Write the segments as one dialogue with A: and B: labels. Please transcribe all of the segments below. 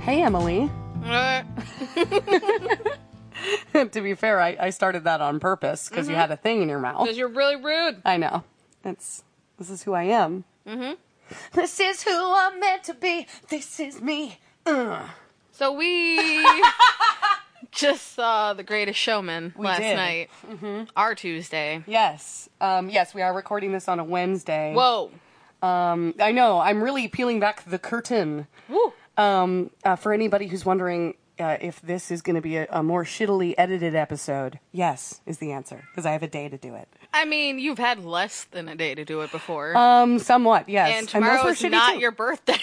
A: Hey, Emily. to be fair, I, I started that on purpose because
B: Mm-hmm.
A: you had a thing in your mouth.
B: Because you're really rude.
A: I know. It's this is who I am. Mm-hmm. This is who I'm meant to be. This is me.
B: So we just saw The Greatest Showman last
A: did.
B: night. Mm-hmm. Our Tuesday.
A: Yes. Um, yes, we are recording this on a Wednesday.
B: Whoa.
A: Um, I know. I'm really peeling back the curtain.
B: Woo.
A: Um, uh, for anybody who's wondering uh, if this is going to be a, a more shittily edited episode, yes is the answer because I have a day to do it.
B: I mean, you've had less than a day to do it before.
A: Um, somewhat. Yes.
B: and
A: those
B: tomorrow
A: were
B: is
A: shitty
B: not
A: too.
B: your birthday.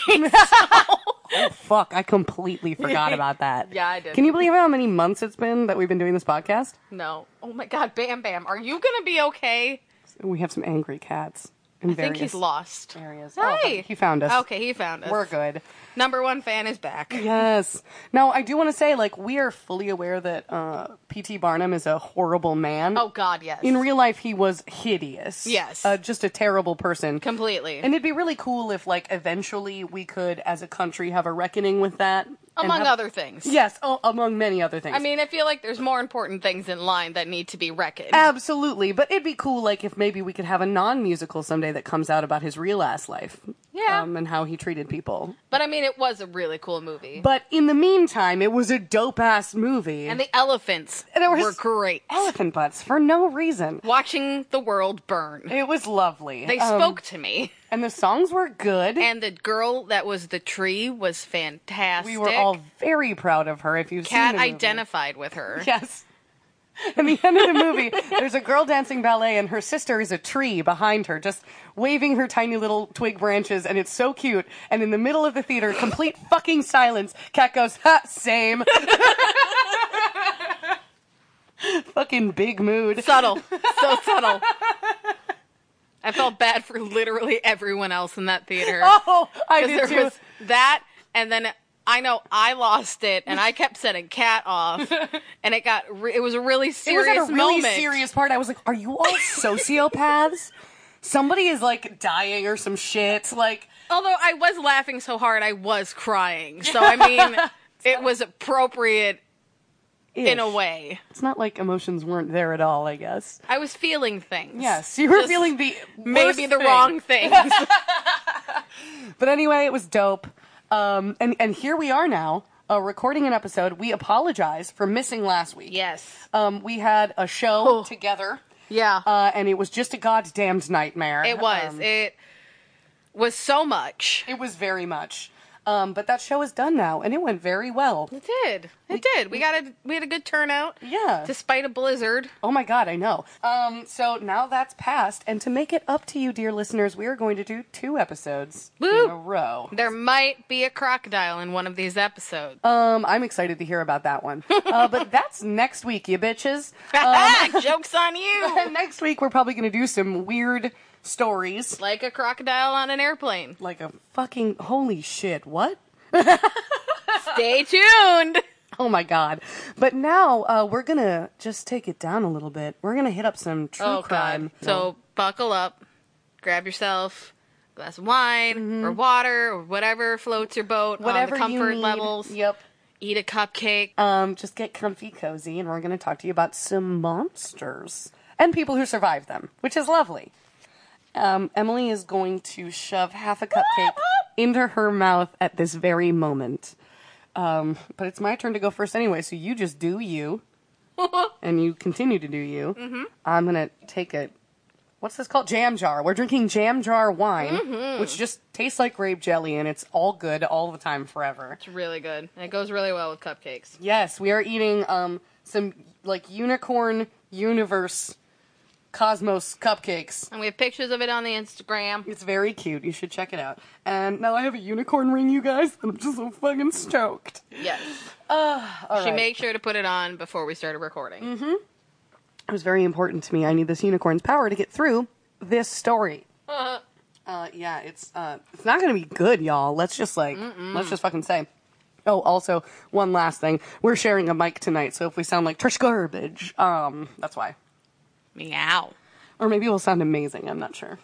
A: Fuck, I completely forgot about that.
B: Yeah, I did.
A: Can you believe how many months it's been that we've been doing this podcast?
B: no. Oh my God, Bam Bam, are you gonna be okay?
A: We have some angry cats in
B: I think
A: various
B: he's lost.
A: areas. Oh,
B: Hey.
A: he found us.
B: Okay, he found us.
A: We're good.
B: Number one fan is back.
A: Yes. Now, I do want to say, like, we are fully aware that uh, P.T. Barnum is a horrible man.
B: Oh God, yes.
A: In real life, he was hideous.
B: Yes.
A: Uh, just a terrible person.
B: Completely.
A: And it'd be really cool if, like, eventually we could, as a country, have a reckoning with that. and
B: Among
A: have-
B: other things.
A: Yes, oh, among many other things.
B: I mean, I feel like there's more important things in line that need to be reckoned.
A: Absolutely, but it'd be cool, like if maybe we could have a non-musical someday that comes out about his real ass life,
B: Yeah.
A: um, and how he treated people.
B: but I mean, it was a really cool movie.
A: But in the meantime, it was a dope ass movie,
B: and the elephants
A: And there was-
B: were great.
A: elephant butts for no reason.
B: Watching the world burn.
A: It was lovely.
B: They
A: Um,
B: spoke to me.
A: and the songs were good.
B: And the girl that was the tree was fantastic.
A: we were all very proud of her. If you've
B: Cat
A: seen the movie.
B: identified with her.
A: Yes. At the end of the movie, there's a girl dancing ballet, and her sister is a tree behind her, just waving her tiny little twig branches, and it's so cute. And in the middle of the theater, complete fucking silence, Cat goes, ha, same. fucking big mood.
B: Subtle. So subtle. I felt bad for literally everyone else in that theater.
A: Oh, I
B: 'Cause
A: did
B: there
A: too.
B: was that, and then I know I lost it, and I kept setting cat off, and it got re- it was a really
A: it was
B: serious
A: at a really
B: moment.
A: serious part. I was like, are you all sociopaths? Somebody is like dying or some shit. Like,
B: Although I was laughing so hard, I was crying. So I mean, it was appropriate in a
A: ish.
B: way.
A: It's not like emotions weren't there at all, I guess.
B: I was feeling things.
A: Yes, you were
B: Just
A: feeling the worst
B: maybe the
A: thing.
B: wrong things.
A: But anyway, it was dope. Um, and and here we are now, uh, recording an episode. We apologize for missing last week.
B: yes.
A: Um, we had a show
B: Oh.
A: together,
B: Yeah.
A: uh, and it was just a goddamned nightmare.
B: it was.
A: Um, it-,
B: it was so much.
A: was very much. Um, but that show is done now, and it went very well.
B: It did. It did. We got a we had a good turnout.
A: Yeah.
B: Despite a blizzard.
A: Oh my god, I know. Um, so now that's past, and to make it up to you, dear listeners, we are going to do two episodes
B: Woo.
A: in a row.
B: There might be a crocodile in one of these episodes.
A: Um, I'm excited to hear about that one. Uh, but that's next week, you bitches.
B: Joke's on you.
A: And next week, we're probably going to do some weird stories.
B: Like a crocodile on an airplane.
A: Like a fucking holy shit, what?
B: Stay tuned.
A: Oh my god. But now uh, we're going to just take it down a little bit. We're going to hit up some true
B: Oh
A: crime.
B: god. So buckle up. Grab yourself a glass of wine or water or whatever floats your boat
A: Mm-hmm. whatever
B: on the comfort
A: you need.
B: levels.
A: Yep.
B: Eat a cupcake.
A: Um, just get comfy, cozy, and we're going to talk to you about some monsters and people who survived them, which is lovely. Um, Emily is going to shove half a cupcake into her mouth at this very moment. Um, but it's my turn to go first anyway, so you just do you, and you continue to do you. I'm going to take a. What's this called? Jam jar. We're drinking jam jar wine, which just tastes like grape jelly, and it's all good all the time forever.
B: It's really good. And it goes really well with cupcakes.
A: Yes, we are eating um some like unicorn universe cosmos cupcakes.
B: And we have pictures of it on the Instagram.
A: It's very cute. You should check it out. And now I have a unicorn ring, you guys. I'm just so fucking stoked.
B: Yes.
A: Uh, All
B: She
A: right. Mm-hmm.
B: made sure to put it on before we started recording.
A: it was very important to me. I need this unicorn's power to get through this story. Uh, yeah, it's uh, it's not gonna be good, y'all. Let's just like let's just fucking say. Oh, also one last thing. We're sharing a mic tonight, so if we sound like Trish garbage, um, that's why.
B: Meow.
A: Or maybe we'll sound amazing. I'm not sure.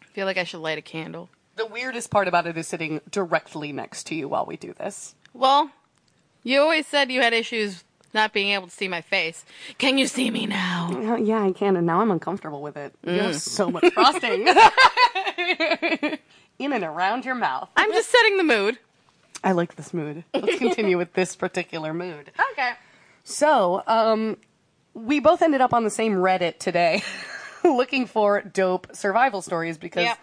B: I feel like I should light a candle.
A: The weirdest part about it is sitting directly next to you while we do this.
B: Well, You always said you had issues not being able to see my face. Can you see me now?
A: Oh, yeah, I can, and now I'm uncomfortable with it. You have so much frosting in and around your mouth.
B: I'm just setting the mood.
A: I like this mood. Let's continue with this particular mood.
B: Okay.
A: So, um, we both ended up on the same Reddit today looking for dope survival stories because
B: Yep.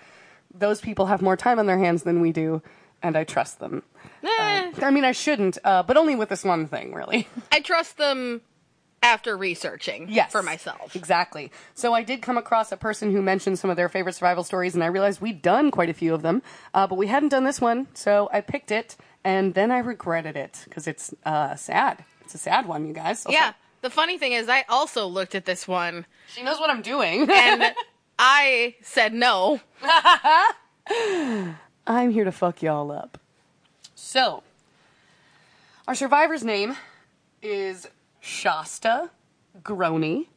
A: those people have more time on their hands than we do, and I trust them.
B: Eh,
A: I mean, I shouldn't, uh, but only with this one thing, really.
B: I trust them after researching
A: Yes.
B: for myself.
A: Exactly. So I did come across a person who mentioned some of their favorite survival stories, and I realized we'd done quite a few of them, uh, but we hadn't done this one, so I picked it, and then I regretted it because it's uh, sad. It's a sad one, you guys. So
B: Yeah. The funny thing is, I also looked at this one
A: She knows what I'm doing.
B: and I said no.
A: I'm here to fuck y'all up. So, our survivor's name is Shasta Grony.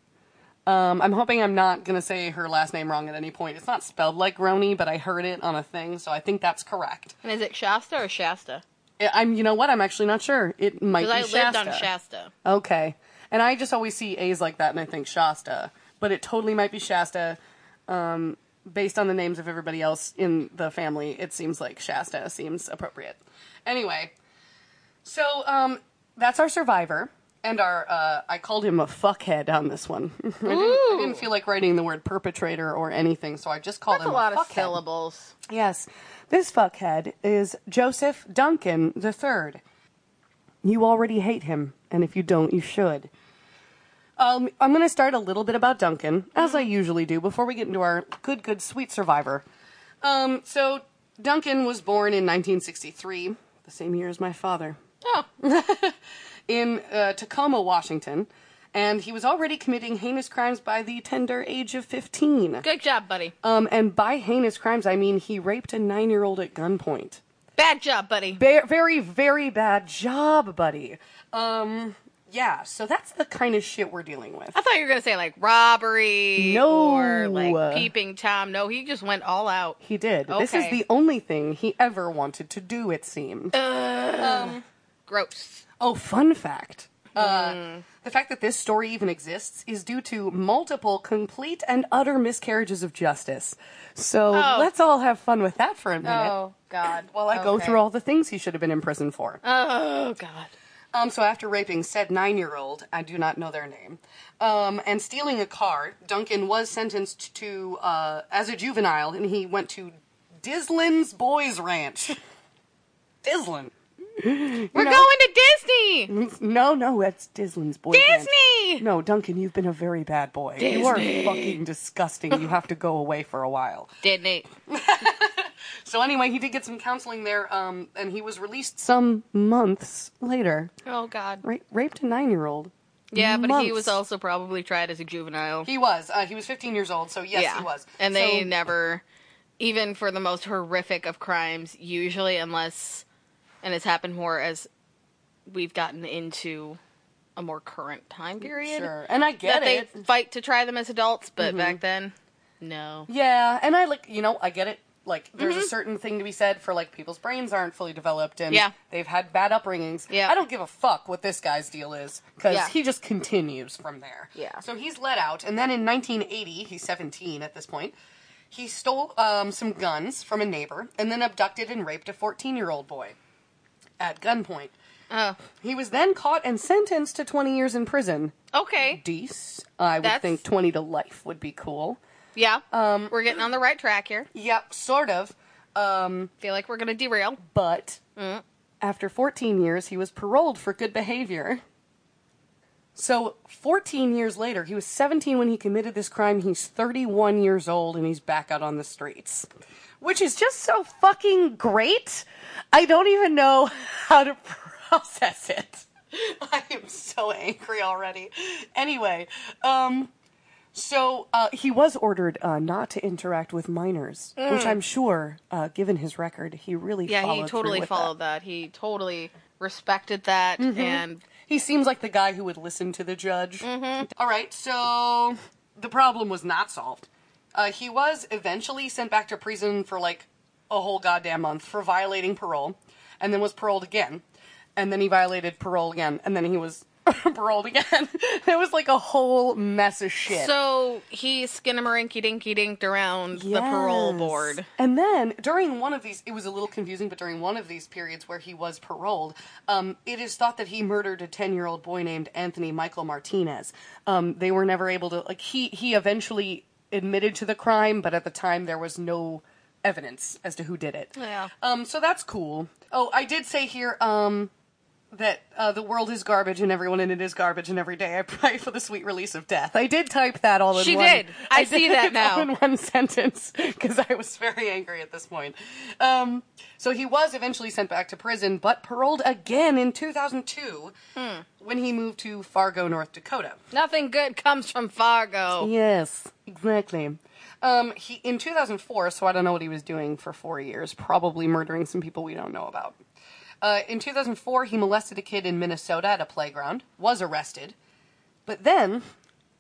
A: Um, I'm hoping I'm not going to say her last name wrong at any point. It's not spelled like Grony, but I heard it on a thing, so I think that's correct.
B: And is it Shasta or Shasta?
A: I- I'm, you know what? I'm actually not sure. It might be
B: Because I lived
A: Shasta.
B: on Shasta.
A: Okay. And I just always see A's like that and I think Shasta, but it totally might be Shasta. Um, based on the names of everybody else in the family, it seems like Shasta seems appropriate. Anyway, so um, that's our survivor. And our, uh, I called him a fuckhead on this one. I, didn't, I didn't feel like writing the word perpetrator or anything, so I just called
B: That's a
A: him
B: lot of
A: fuckhead.
B: syllables.
A: Yes, this fuckhead is Joseph Duncan III. You already hate him, and if you don't, you should. Um, I'm going to start a little bit about Duncan, as I usually do, before we get into our good, good, sweet survivor. Um, so, Duncan was born in 1963, the same year as my father
B: Oh,
A: in uh, Tacoma, Washington, and he was already committing heinous crimes by the tender age of 15.
B: good job, buddy.
A: Um, and by heinous crimes, I mean he raped a nine year old at gunpoint.
B: Bad job, buddy.
A: Ba- very, very bad job, buddy. Um, yeah, so that's the kind of shit we're dealing with.
B: I thought you were gonna say like robbery
A: No.
B: or like peeping tom. No, he just went all out.
A: He did. This is
B: Okay.
A: the only thing he ever wanted to do, it seemed.
B: Gross.
A: Oh, fun fact. Uh,
B: Hmm.
A: The fact that this story even exists is due to multiple complete and utter miscarriages of justice. So
B: Oh.
A: let's all have fun with that for a minute
B: God.
A: while I go through all the things he should have been in prison for.
B: Oh God.
A: Um, so after raping said nine-year-old, I do not know their name, um, and stealing a car, Duncan was sentenced to uh, as a juvenile, and he went to Dislin's Boys Ranch. Dislin?
B: We're going to Disney.
A: No, no, that's Dislin's Boys Ranch.
B: Disney.
A: No, Duncan, you've been a very bad boy. You are fucking disgusting. You have to go away for a while.
B: Disney.
A: So anyway, he did get some counseling there, um, and he was released some months later.
B: Oh God.
A: Ra- raped a nine-year-old.
B: Yeah, but he
A: Months.
B: was also probably tried as a juvenile.
A: He was. Uh, he was 15 years old, so yes, he was.
B: And they
A: So-
B: never, even for the most horrific of crimes, usually, unless, and it's happened more as we've gotten into a more current time period.
A: Sure, and I get
B: that
A: it. Mm-hmm.
B: they fight to try them as adults, but back then, no.
A: Yeah, and I like you know I get it. Like there's
B: Mm-hmm.
A: a certain thing to be said for like people's brains aren't fully developed and
B: Yeah.
A: they've had bad upbringings.
B: Yeah.
A: I don't give a fuck what this guy's deal is because
B: Yeah.
A: he just continues from there.
B: Yeah.
A: So he's let out, and then in 1980, he's 17 at this point. He stole um, some guns from a neighbor and then abducted and raped a 14 year old boy at gunpoint.
B: Oh,
A: He was then caught and sentenced to 20 years in prison.
B: okay.
A: Dece, I would
B: That's-
A: think 20 to life would be cool.
B: Yeah. Um, we're getting on the right track here.
A: Yep, sort of. Um,
B: Feel like we're gonna derail.
A: but after 14 years, he was paroled for good behavior. So 14 years later, he was 17 when he committed this crime. He's 31 years old and he's back out on the streets, which is just so fucking great. I don't even know how to process it. I am so angry already. Anyway, um, so uh, he was ordered uh, not to interact with minors, which I'm sure, uh, given his record, he really
B: Mm. Yeah,
A: followed
B: he
A: through
B: totally
A: with Mm-hmm.
B: followed that. He totally respected that and
A: He seems like the guy who would listen to the judge. All right, so the problem was not solved. Uh, he was eventually sent back to prison for like a whole goddamn month for violating parole, and then was paroled again. and then he violated parole again, and then he was paroled again. it was like a whole mess of shit.
B: So he skinnamarink dinky dinked around the parole
A: Yes.
B: board.
A: And then during one of these, it was a little confusing, but during one of these periods where he was paroled, um, it is thought that he murdered a ten-year-old boy named Anthony Michael Martinez. Um, they were never able to like he he eventually admitted to the crime, but at the time there was no evidence as to who did it.
B: Yeah.
A: Um, so that's cool. Oh, I did say here um, that uh, the world is garbage and everyone in it is garbage, and every day I pray for the sweet release of death. I did type that all in
B: She
A: one.
B: did. I see
A: did
B: that
A: it all
B: now.
A: in one sentence because I was very angry at this point. Um, so he was eventually sent back to prison, but paroled again in 2002
B: Hmm.
A: when he moved to Fargo, North Dakota.
B: Nothing good comes from Fargo.
A: Yes, exactly. Oh. Um, he in 2004, so I don't know what he was doing for four years. Probably murdering some people we don't know about. Uh, in 2004, he molested a kid in Minnesota at a playground. Was arrested, but then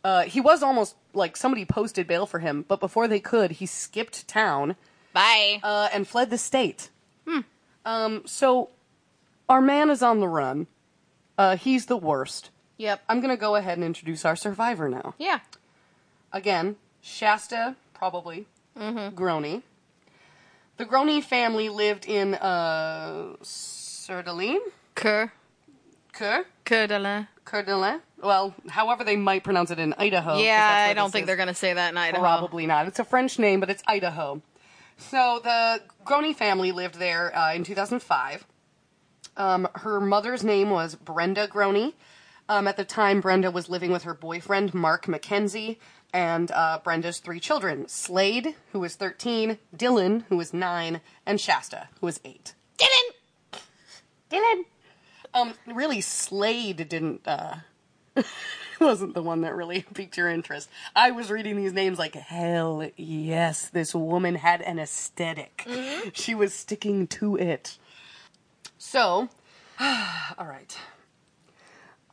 A: uh, he was almost like somebody posted bail for him. But before they could, he skipped town
B: Bye.
A: uh, and fled the state. Um, so our man is on the run. Uh, he's the worst.
B: yep.
A: I'm gonna go ahead and introduce our survivor now
B: Um, yeah.
A: again, Shasta, probably,
B: Mm-hmm.
A: Groney. The Groney family lived in uh, Cerdaline,
B: Cur.
A: Coeur, Oh,
B: Curdalin.
A: Cerdaline. Well, however they might pronounce it in Idaho. 'cause that's
B: Yeah,
A: where
B: I don't
A: this
B: think
A: is.
B: they're going to say that in Idaho.
A: Probably not. It's a French name, but it's Idaho. So the Groney family lived there uh, in 2005. Um, her mother's name was Brenda Groney. Um, at the time, Brenda was living with her boyfriend, Mark McKenzie, and uh, Brenda's three children Slade, who was 13, Dylan, who was 9, and Shasta, who was 8.
B: Dylan.
A: Dylan! Um, really, Slade didn't. Uh, wasn't the one that really piqued your interest. I was reading these names like, hell yes, this woman had an esthetic She was sticking to it. So, all right.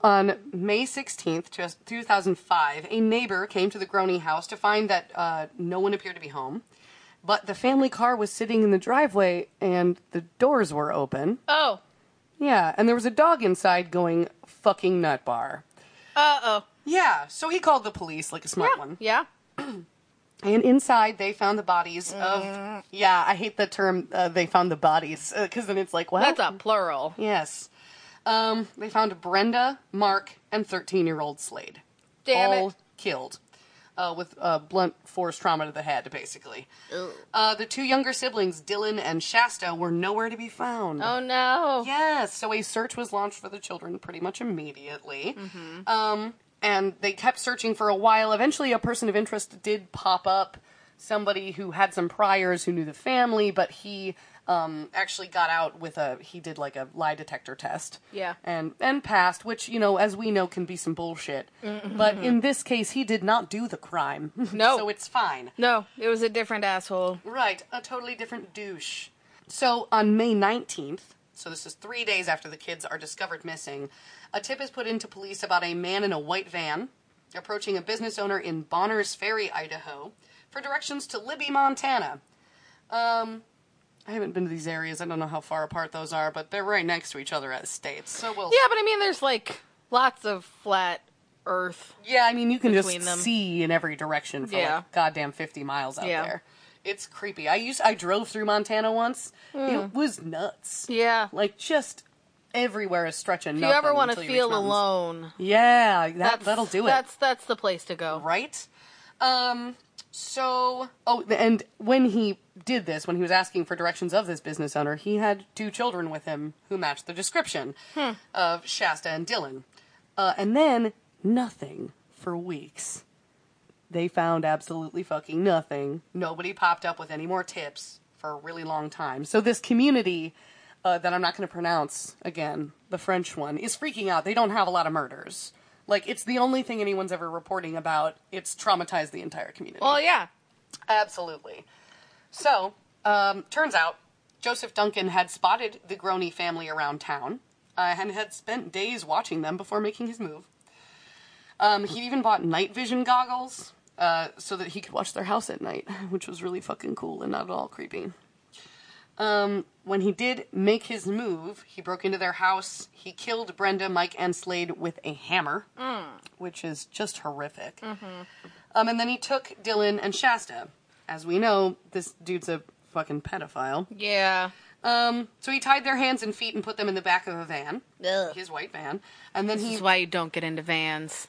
A: On May 16th, two- 2005, a neighbor came to the Groney house to find that uh, no one appeared to be home, but the family car was sitting in the driveway and the doors were open.
B: Oh.
A: Yeah, and there was a dog inside going fucking nut bar.
B: Uh oh.
A: Yeah, so he called the police like a smart one.
B: Yeah.
A: And inside, they found the bodies of. Yeah, I hate the term uh, they found the bodies because then it's like, what?
B: That's a plural.
A: Yes. Um, they found Brenda, Mark, and 13 year old Slade.
B: Damn
A: all
B: it.
A: killed uh, with uh, blunt force trauma to the head, basically. Uh, the two younger siblings, Dylan and Shasta, were nowhere to be found.
B: Oh no.
A: Yes. So a search was launched for the children pretty much immediately.
B: Mm-hmm.
A: Um, and they kept searching for a while. Eventually, a person of interest did pop up. Somebody who had some priors who knew the family, but he um, actually got out with a he did like a lie detector test.
B: Yeah.
A: And and passed, which you know, as we know, can be some bullshit. But in this case, he did not do the crime.
B: Mm-hmm. No.
A: so it's fine.
B: No, it was a different asshole.
A: Right, a totally different douche. So on May 19th, so this is three days after the kids are discovered missing, a tip is put into police about a man in a white van approaching a business owner in Bonners Ferry, Idaho, for directions to Libby, Montana. Um, I haven't been to these areas. I don't know how far apart those are, but they're right next to each other as states. So we'll.
B: Yeah, but I mean, there's like lots of flat Earth.
A: Yeah, I mean, you can just
B: Between them.
A: see in every direction for
B: Yeah.
A: like goddamn 50 miles out
B: Yeah.
A: there. It's creepy. I used I drove through Montana once. It was nuts.
B: Hmm. Yeah.
A: Like just everywhere is stretching.
B: if you ever want to feel alone,
A: Yeah, that,
B: that's,
A: that'll do it.
B: That's that's the place to go.
A: Right? Um, so, oh, and when he did this, when he was asking for directions of this business owner, he had two children with him who matched the description of Shasta and Dylan. Uh, and then nothing for weeks. They found absolutely fucking nothing. Nobody popped up with any more tips for a really long time. So this community uh, that I'm not going to pronounce again, the French one, is freaking out. They don't have a lot of murders. Like it's the only thing anyone's ever reporting about. It's traumatized the entire community.
B: Well, yeah.
A: Absolutely. So, um, turns out Joseph Duncan had spotted the Groney family around town uh, and had spent days watching them before making his move. Um, he even bought night vision goggles uh, so that he could watch their house at night, which was really fucking cool and not at all creepy. Um, when he did make his move, he broke into their house. He killed Brenda, Mike, and Slade with a hammer, which is just horrific. Um, and then he took Dylan and Shasta. As we know, this dude's a fucking pedophile.
B: Yeah.
A: Um, so he tied their hands and feet and put them in the back of a van,
B: Ugh.
A: his white van, and then
B: This
A: he
B: is why you don't get into vans.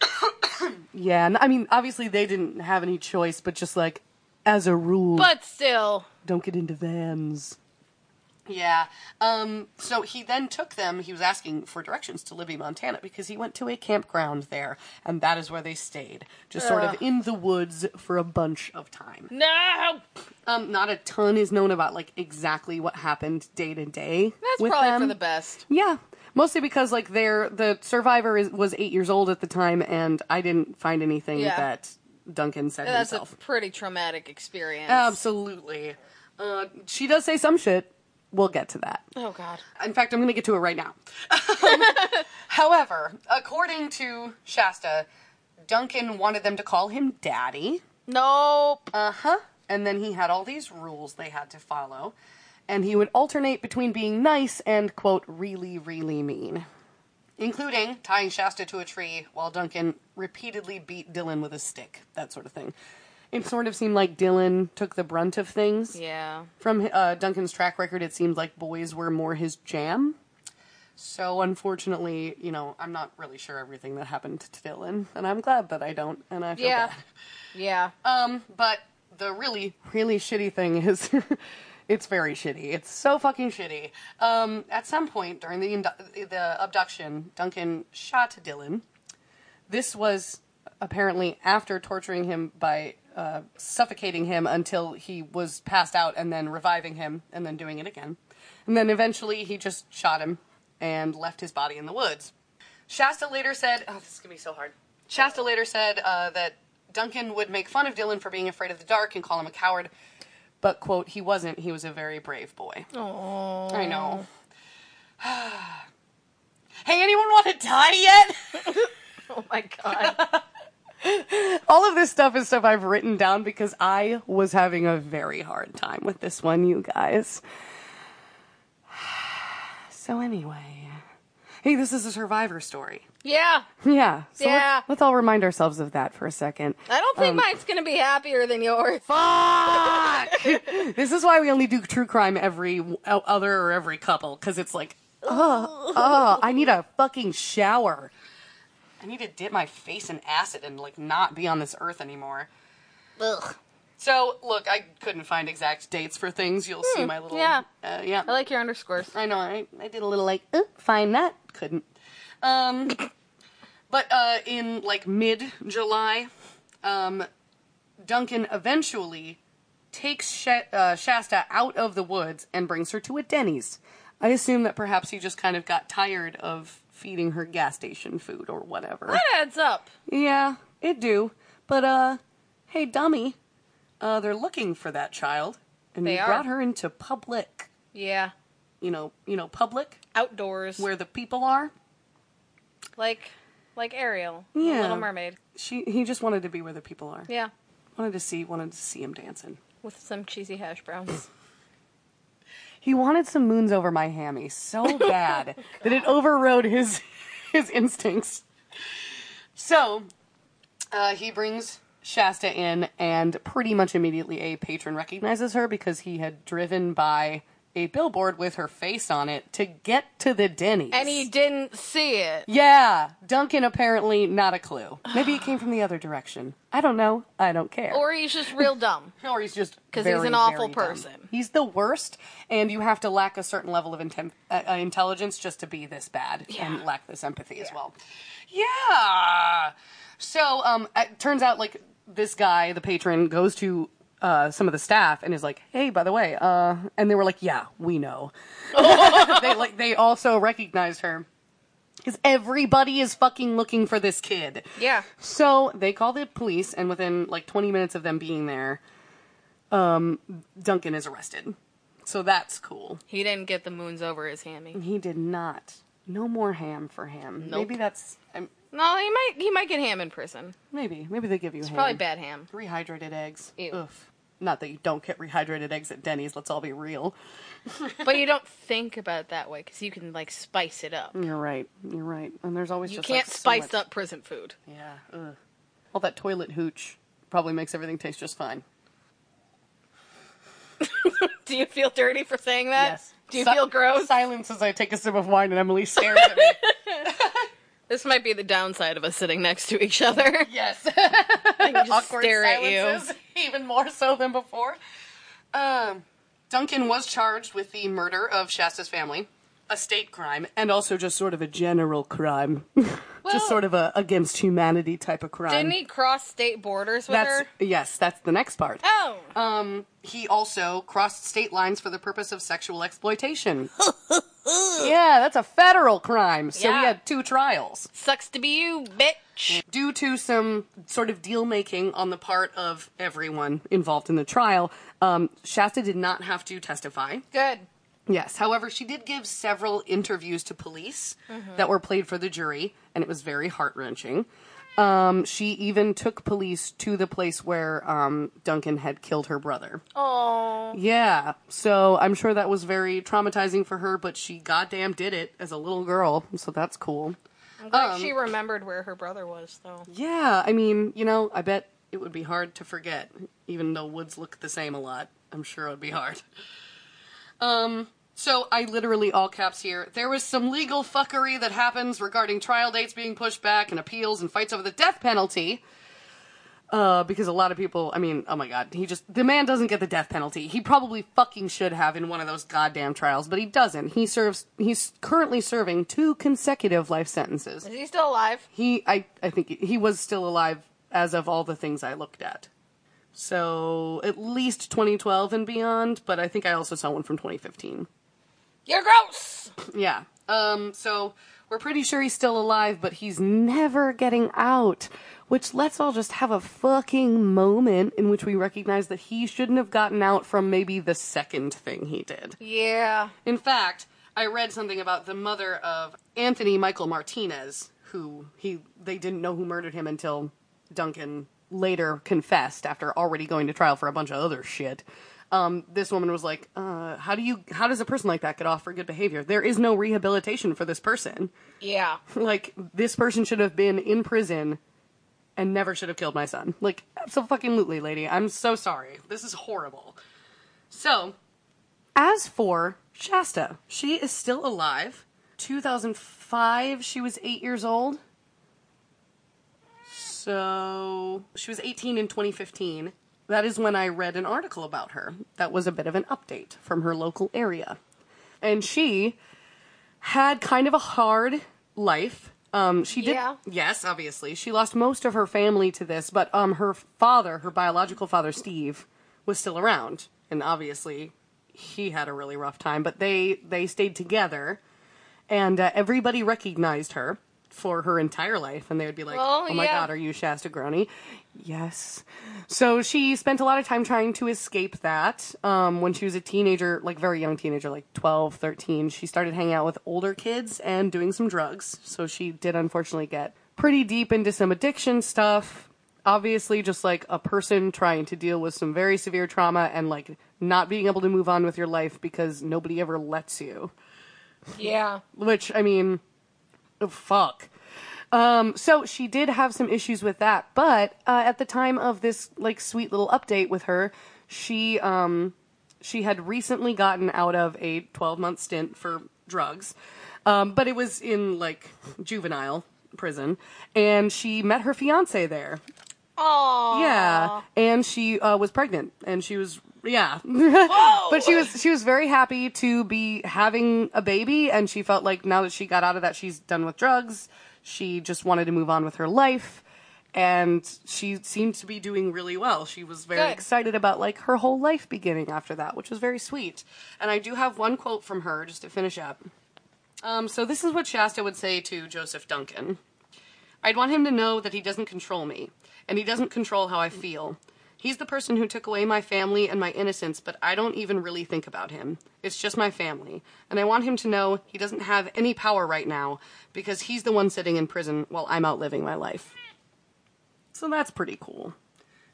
A: Yeah, and I mean, obviously they didn't have any choice, but just like as a rule,
B: But still.
A: don't get into vans. Yeah. Um, so he then took them. He was asking for directions to Libby, Montana, because he went to a campground there, and that is where they stayed, just sort of in the woods for a bunch of time.
B: No!
A: Um, not a ton is known about like exactly what happened day to day.
B: That's
A: with
B: probably for
A: them.
B: the best.
A: Yeah, mostly because like they're the survivor is, was eight years old at the time, and I didn't find anything
B: Yeah.
A: that Duncan said
B: That's
A: himself.
B: a pretty traumatic experience.
A: Absolutely, uh, she does say some shit. We'll get to that.
B: oh, God.
A: In fact, I'm going to get to it right now. However, according to Shasta, Duncan wanted them to call him daddy.
B: Nope.
A: Uh huh. And then he had all these rules they had to follow. And he would alternate between being nice and, quote, really, really mean, including tying Shasta to a tree while Duncan repeatedly beat Dylan with a stick, that sort of thing. It sort of seemed like Dylan took the brunt of things.
B: Yeah.
A: From uh, Duncan's track record, it seemed like boys were more his jam. So, unfortunately, you know, I'm not really sure everything that happened to Dylan, and I'm glad that I don't, and I feel
B: Yeah.
A: bad.
B: Yeah.
A: Um, but the really, really shitty thing is, it's very shitty. It's so fucking shitty. Um, at some point during the indu- the abduction, Duncan shot Dylan. This was apparently after torturing him by uh, suffocating him until he was passed out, and then reviving him, and then doing it again, and then eventually he just shot him and left his body in the woods. Shasta later said, "Oh, this is gonna be so hard." Shasta later said uh, that Duncan would make fun of Dylan for being afraid of the dark and call him a coward, but quote, he wasn't. He was a very brave boy.
B: Oh.
A: I know. hey, anyone want to die yet?
B: Oh, my God.
A: All of this stuff is stuff I've written down because I was having a very hard time with this one, you guys. So anyway, hey, this is a survivor story.
B: yeah.
A: Yeah. So let's-
B: Yeah.
A: Let's, all remind ourselves of that for a second.
B: I don't think mine's going to be happier than yours.
A: Fuck! this is why we only do true crime every w- o- other or every couple, because it's like, oh, oh, I need a fucking shower. I need to dip my face in acid and, like, not be on this earth anymore.
B: Ugh.
A: So, look, I couldn't find exact dates for things. You'll see my little.
B: yeah.
A: Uh, yeah.
B: I like your underscores.
A: I know. I, I did a little like, uh, find that. Couldn't. Um, but uh, in like mid July, um, Duncan eventually takes Sh- uh, Shasta out of the woods and brings her to a Denny's. I assume that perhaps he just kind of got tired of feeding her gas station food or whatever.
B: That adds up.
A: Yeah, it do. But uh, hey, dummy, uh, they're looking for that child, and
B: They
A: you
B: are.
A: brought her into public.
B: Yeah.
A: You know, you know, public
B: Outdoors.
A: where the people are.
B: like like Ariel. in
A: Yeah.
B: Little Mermaid.
A: She he just wanted to be where the people are.
B: Yeah.
A: Wanted to see wanted to see him dancing.
B: With some cheesy hash browns.
A: He wanted some moons over my hammy so bad that it overrode his his instincts. So, uh, he brings Shasta in, and pretty much immediately a patron recognizes her because he had driven by a billboard with her face on it to get to the Denny's.
B: and he didn't see it.
A: yeah, Duncan apparently not a clue. Maybe it came from the other direction. I don't know. I don't care.
B: Or he's just real dumb.
A: or he's just
B: 'Cause he's
A: very,
B: an awful
A: very dumb.
B: person.
A: He's the worst, and you have to lack a certain level of intem- uh, uh, intelligence just to be this bad and
B: Yeah.
A: lack this empathy as well. Yeah. So um, it turns out like this guy, the patron, goes to. Uh, some of the staff and is like, hey, by the way, uh, and they were like, yeah, we know. they like they also recognized her because everybody is fucking looking for this kid.
B: Yeah.
A: So they call the police, and within like 20 minutes of them being there, um, Duncan is arrested. So that's cool.
B: He didn't get the moons over his hammy.
A: He did not. No more ham for him.
B: Nope.
A: Maybe that's um,
B: No, he might he might get ham in prison.
A: maybe maybe they give you ham.
B: Probably bad ham.
A: Rehydrated eggs.
B: Ew.
A: Oof. Not that you don't get rehydrated eggs at Denny's, let's all be real.
B: but you don't think about it that way because you can like spice it up.
A: You're right. You're right. And there's always
B: You
A: Mm. just
B: can't
A: like, so
B: spice
A: much-
B: up prison food.
A: Yeah. Ugh. All that toilet hooch probably makes everything taste just fine.
B: Do you feel dirty for saying that? Do you feel gross?
A: Silence as I take a sip of wine and Emily stares at me.
B: This might be the downside of us sitting next to each other.
A: yes.
B: I can just
A: Awkward
B: stare at you.
A: silences, even more so than before. Um, Duncan was charged with the murder of Shasta's family, a state crime, and also just sort of a general crime.
B: Well-
A: just sort of a against humanity type of crime.
B: Didn't he cross state borders with
A: that's
B: her?
A: yes, that's the next part.
B: Oh,
A: Um, he also crossed state lines for the purpose of sexual exploitation. yeah, that's a federal crime. So
B: Yeah.
A: he had two trials.
B: sucks to be you, bitch.
A: Due to some sort of deal making on the part of everyone involved in the trial, um, Shasta did not have to testify.
B: Good.
A: Yes. However, she did give several interviews to police that were played for the jury, and it was very heart wrenching. Um, she even took police to the place where um, Duncan had killed her brother.
B: Oh,
A: Yeah. So I'm sure that was very traumatizing for her, but she goddamn did it as a little girl, so that's cool.
B: I'm glad
A: Um,
B: she remembered where her brother was, though.
A: Yeah, I mean, you know, I bet it would be hard to forget, even though woods look the same a lot. I'm sure it would be hard. Um, so I literally all caps here. There was some legal fuckery that happens regarding trial dates being pushed back and appeals and fights over the death penalty. Uh, because a lot of people, I mean, oh my god, he just, the man doesn't get the death penalty. He probably fucking should have in one of those goddamn trials, but he doesn't. He serves, he's currently serving two consecutive life sentences
B: Is he still alive?
A: he I, I think he was still alive as of all the things i looked at so at least 2012 and beyond but i think i also saw one from 2015
B: You're gross.
A: yeah um so we're pretty sure he's still alive but he's never getting out which let's all just have a fucking moment in which we recognize that he shouldn't have gotten out from maybe the second thing he did
B: Yeah.
A: in fact, I read something about the mother of Anthony Michael Martinez, who he they didn't know who murdered him until Duncan later confessed after already going to trial for a bunch of other shit. Um, this woman was like, uh, "How do you? How does a person like that get off for good behavior? There is no rehabilitation for this person.
B: Yeah.
A: Like this person should have been in prison." And never should have killed my son. Like, absolutely, lady. I'm so sorry. This is horrible. So, as for Shasta, she is still alive. 2005, she was eight years old. So she was 18 in 2015. That is when I read an article about her. That was a bit of an update from her local area. And she had kind of a hard life. Um, she did.
B: Yeah.
A: Yes, obviously. She lost most of her family to this, but um, her father, her biological father, Steve, was still around. And obviously, he had a really rough time, but they, they stayed together. And uh, everybody recognized her for her entire life. And they would be like,
B: Well,
A: oh my
B: yeah.
A: God, are you Shasta Groney? Yes. So she spent a lot of time trying to escape that. Um, when she was a teenager, like very young teenager, like 12, 13, she started hanging out with older kids and doing some drugs. So she did unfortunately get pretty deep into some addiction stuff. Obviously, just like a person trying to deal with some very severe trauma and like not being able to move on with your life because nobody ever lets you
B: Yeah.
A: which I mean, oh, fuck. Um, so she did have some issues with that, but uh, at the time of this like sweet little update with her, she um, she had recently gotten out of a twelve month stint for drugs, um, but it was in like juvenile prison, and she met her fiance there.
B: Oh.
A: Yeah, and she uh, was pregnant, and she was yeah. but she was she was very happy to be having a baby, and she felt like now that she got out of that, she's done with drugs. She just wanted to move on with her life, and she seemed to be doing really well. She was very
B: Good.
A: excited about like her whole life beginning after that, which was very sweet. And I do have one quote from her just to finish up. Um, so this is what Shasta would say to Joseph Duncan. I'd want him to know that he doesn't control me, and he doesn't control how I feel. He's the person who took away my family and my innocence, but I don't even really think about him. It's just my family. And I want him to know he doesn't have any power right now because he's the one sitting in prison while I'm out living my life. So that's pretty cool.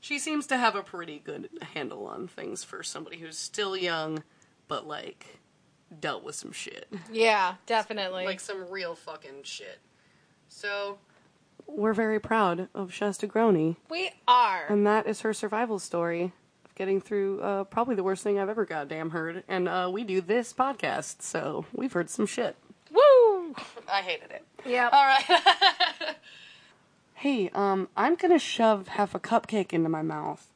A: She seems to have a pretty good handle on things for somebody who's still young, but like dealt with some shit.
B: Yeah, definitely.
A: Like some real fucking shit. So we're very proud of Shasta Groney,
B: we are.
A: and that is her survival story of getting through uh, probably the worst thing I've ever goddamn heard. And uh, we do this podcast, so we've heard some shit.
B: Woo!
A: I hated it.
B: Yeah.
A: Hey, um, I'm gonna shove half a cupcake into my mouth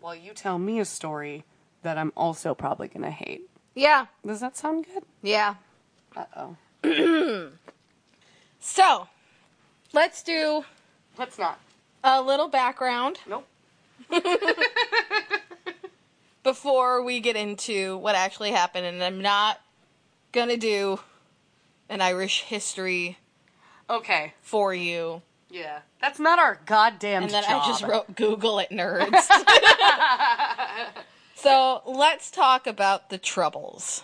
A: while you tell me a story that I'm also probably gonna hate.
B: Yeah.
A: Does that sound good?
B: Yeah.
A: Uh oh.
B: So, let's do
A: Let's not.
B: a little background
A: Nope.
B: before we get into what actually happened. And I'm not going to do an Irish history
A: Okay.
B: for you.
A: Yeah. That's not our goddamn
B: And then
A: job.
B: I just wrote Google it, nerds. so, let's talk about the Troubles.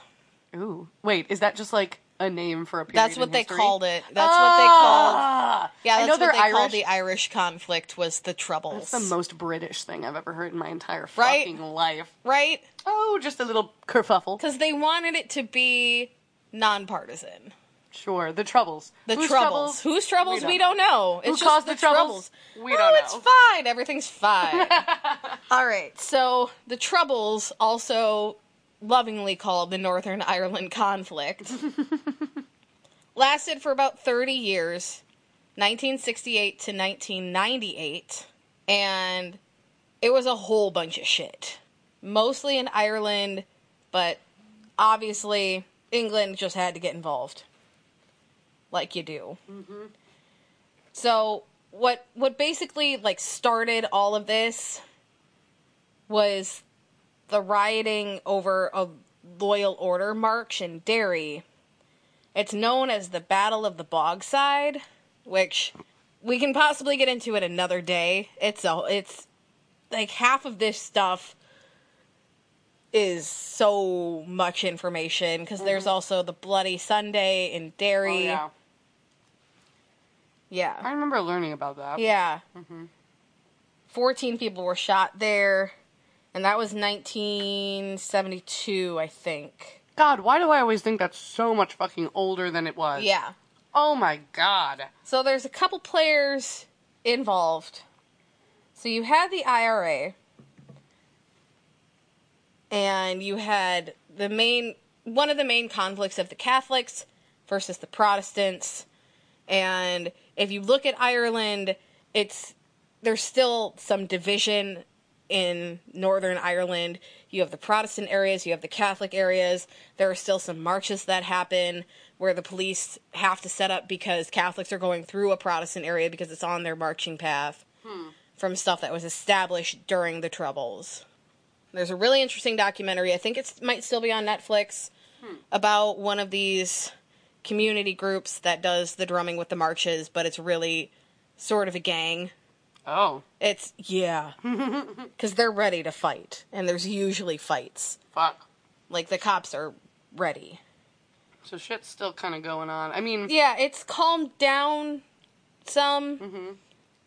A: Ooh. Wait, is that just like a name for a period?
B: That's
A: in
B: what they
A: history?
B: called it. That's what
A: Oh.
B: they called.
A: Ah!
B: Yeah,
A: I
B: that's
A: know
B: what they
A: they're
B: called
A: Irish.
B: the Irish conflict was the Troubles.
A: It's the most British thing I've ever heard in my entire
B: Right?
A: fucking life.
B: right?
A: Oh, just a little kerfuffle.
B: Because they wanted it to be nonpartisan.
A: Sure, the troubles.
B: The
A: Whose
B: troubles. Whose troubles?
A: We
B: We
A: don't
B: don't know. It's just
A: caused
B: the,
A: the troubles?
B: troubles.
A: We
B: oh,
A: don't know.
B: It's fine. Everything's fine. All right. So the troubles, also lovingly called the Northern Ireland conflict, lasted for about 30 years, 1968 to 1998, and it was a whole bunch of shit. Mostly in Ireland, but obviously England just had to get involved like you do.
A: Mm-hmm.
B: So what what basically like started all of this was the rioting over a loyal order march in Derry. It's known as the Battle of the Bogside, which we can possibly get into it another day. It's a, it's like half of this stuff is so much information because there's also the Bloody Sunday in
A: Mm-hmm. Oh,
B: Derry.
A: yeah.
B: Yeah.
A: I remember learning about that.
B: Yeah. 14 people were shot there, and that was 1972, I think.
A: God, why do I always think that's so much fucking older than it was?
B: Yeah.
A: Oh my god.
B: So there's a couple players involved. So you had the IRA, and you had the main one of the main conflicts of the Catholics versus the Protestants. And if you look at Ireland, it's there's still some division in Northern Ireland. You have the Protestant areas, you have the Catholic areas. There are still some marches that happen where the police have to set up because Catholics are going through a Protestant area because it's on their marching path from stuff that was established during the Troubles. There's a really interesting documentary. I think it might still be on Netflix about one of these community groups that does the drumming with the marches, but it's really sort of a gang.
A: Oh,
B: It's yeah, because they're ready to fight, and there's usually fights.
A: fuck.
B: Like the cops are ready.
A: So shit's still kind of going on. I mean,
B: Yeah, it's calmed down some,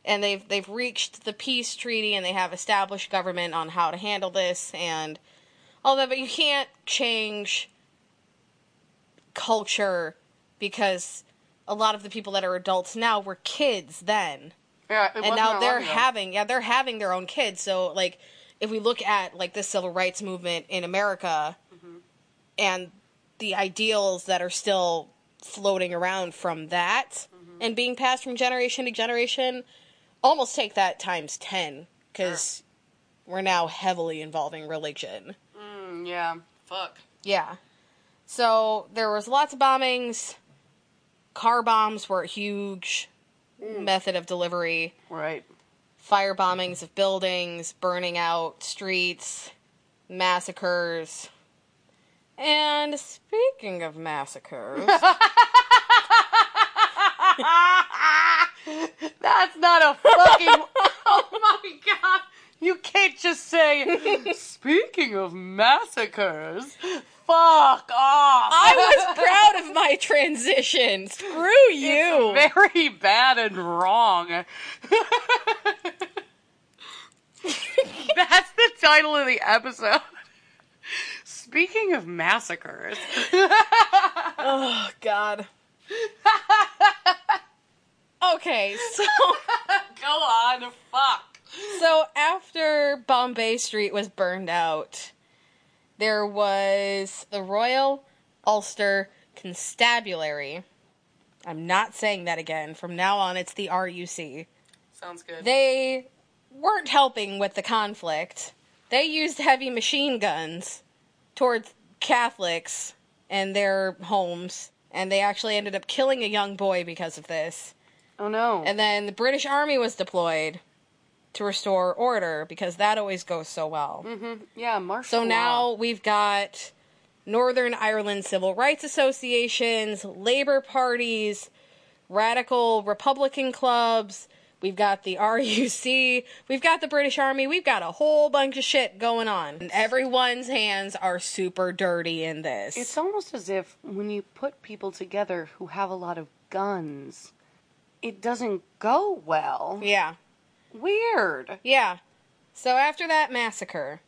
B: and they've they've reached the peace treaty, and they have established government on how to handle this and all that. But you can't change culture because a lot of the people that are adults now were kids then.
A: yeah, it
B: and
A: wasn't
B: now
A: that
B: they're
A: long ago.
B: having yeah they're having their own kids so like if we look at like the civil rights movement in america and the ideals that are still floating around from that and being passed from generation to generation almost take that times 10 because we're now heavily involving religion
A: Mm, yeah, fuck.
B: yeah. So there was lots of bombings. Car bombs were a huge method of delivery.
A: Right.
B: Fire bombings of buildings, burning out streets, massacres. And speaking of massacres,
A: That's not a fucking. oh my god. You can't just say, speaking of massacres, fuck off.
B: I was proud of my transition. Screw you.
A: Very bad and wrong. title of the episode. Speaking of massacres,
B: Oh God. okay, so
A: go on, fuck.
B: so after Bombay Street was burned out, there was the Royal Ulster Constabulary. I'm not saying that again. From now on, it's the RUC.
A: Sounds good.
B: They weren't helping with the conflict. They used heavy machine guns towards Catholics and their homes, and they actually ended up killing a young boy because of this.
A: oh no.
B: And then the British Army was deployed to restore order because that always goes so well.
A: yeah, martial.
B: So now we've got Northern Ireland civil rights associations, labor parties, radical Republican clubs. We've got the RUC. We've got the British Army. We've got a whole bunch of shit going on. And everyone's hands are super dirty in this.
A: It's almost as if when you put people together who have a lot of guns, it doesn't go well.
B: yeah.
A: Weird.
B: Yeah. So after that massacre,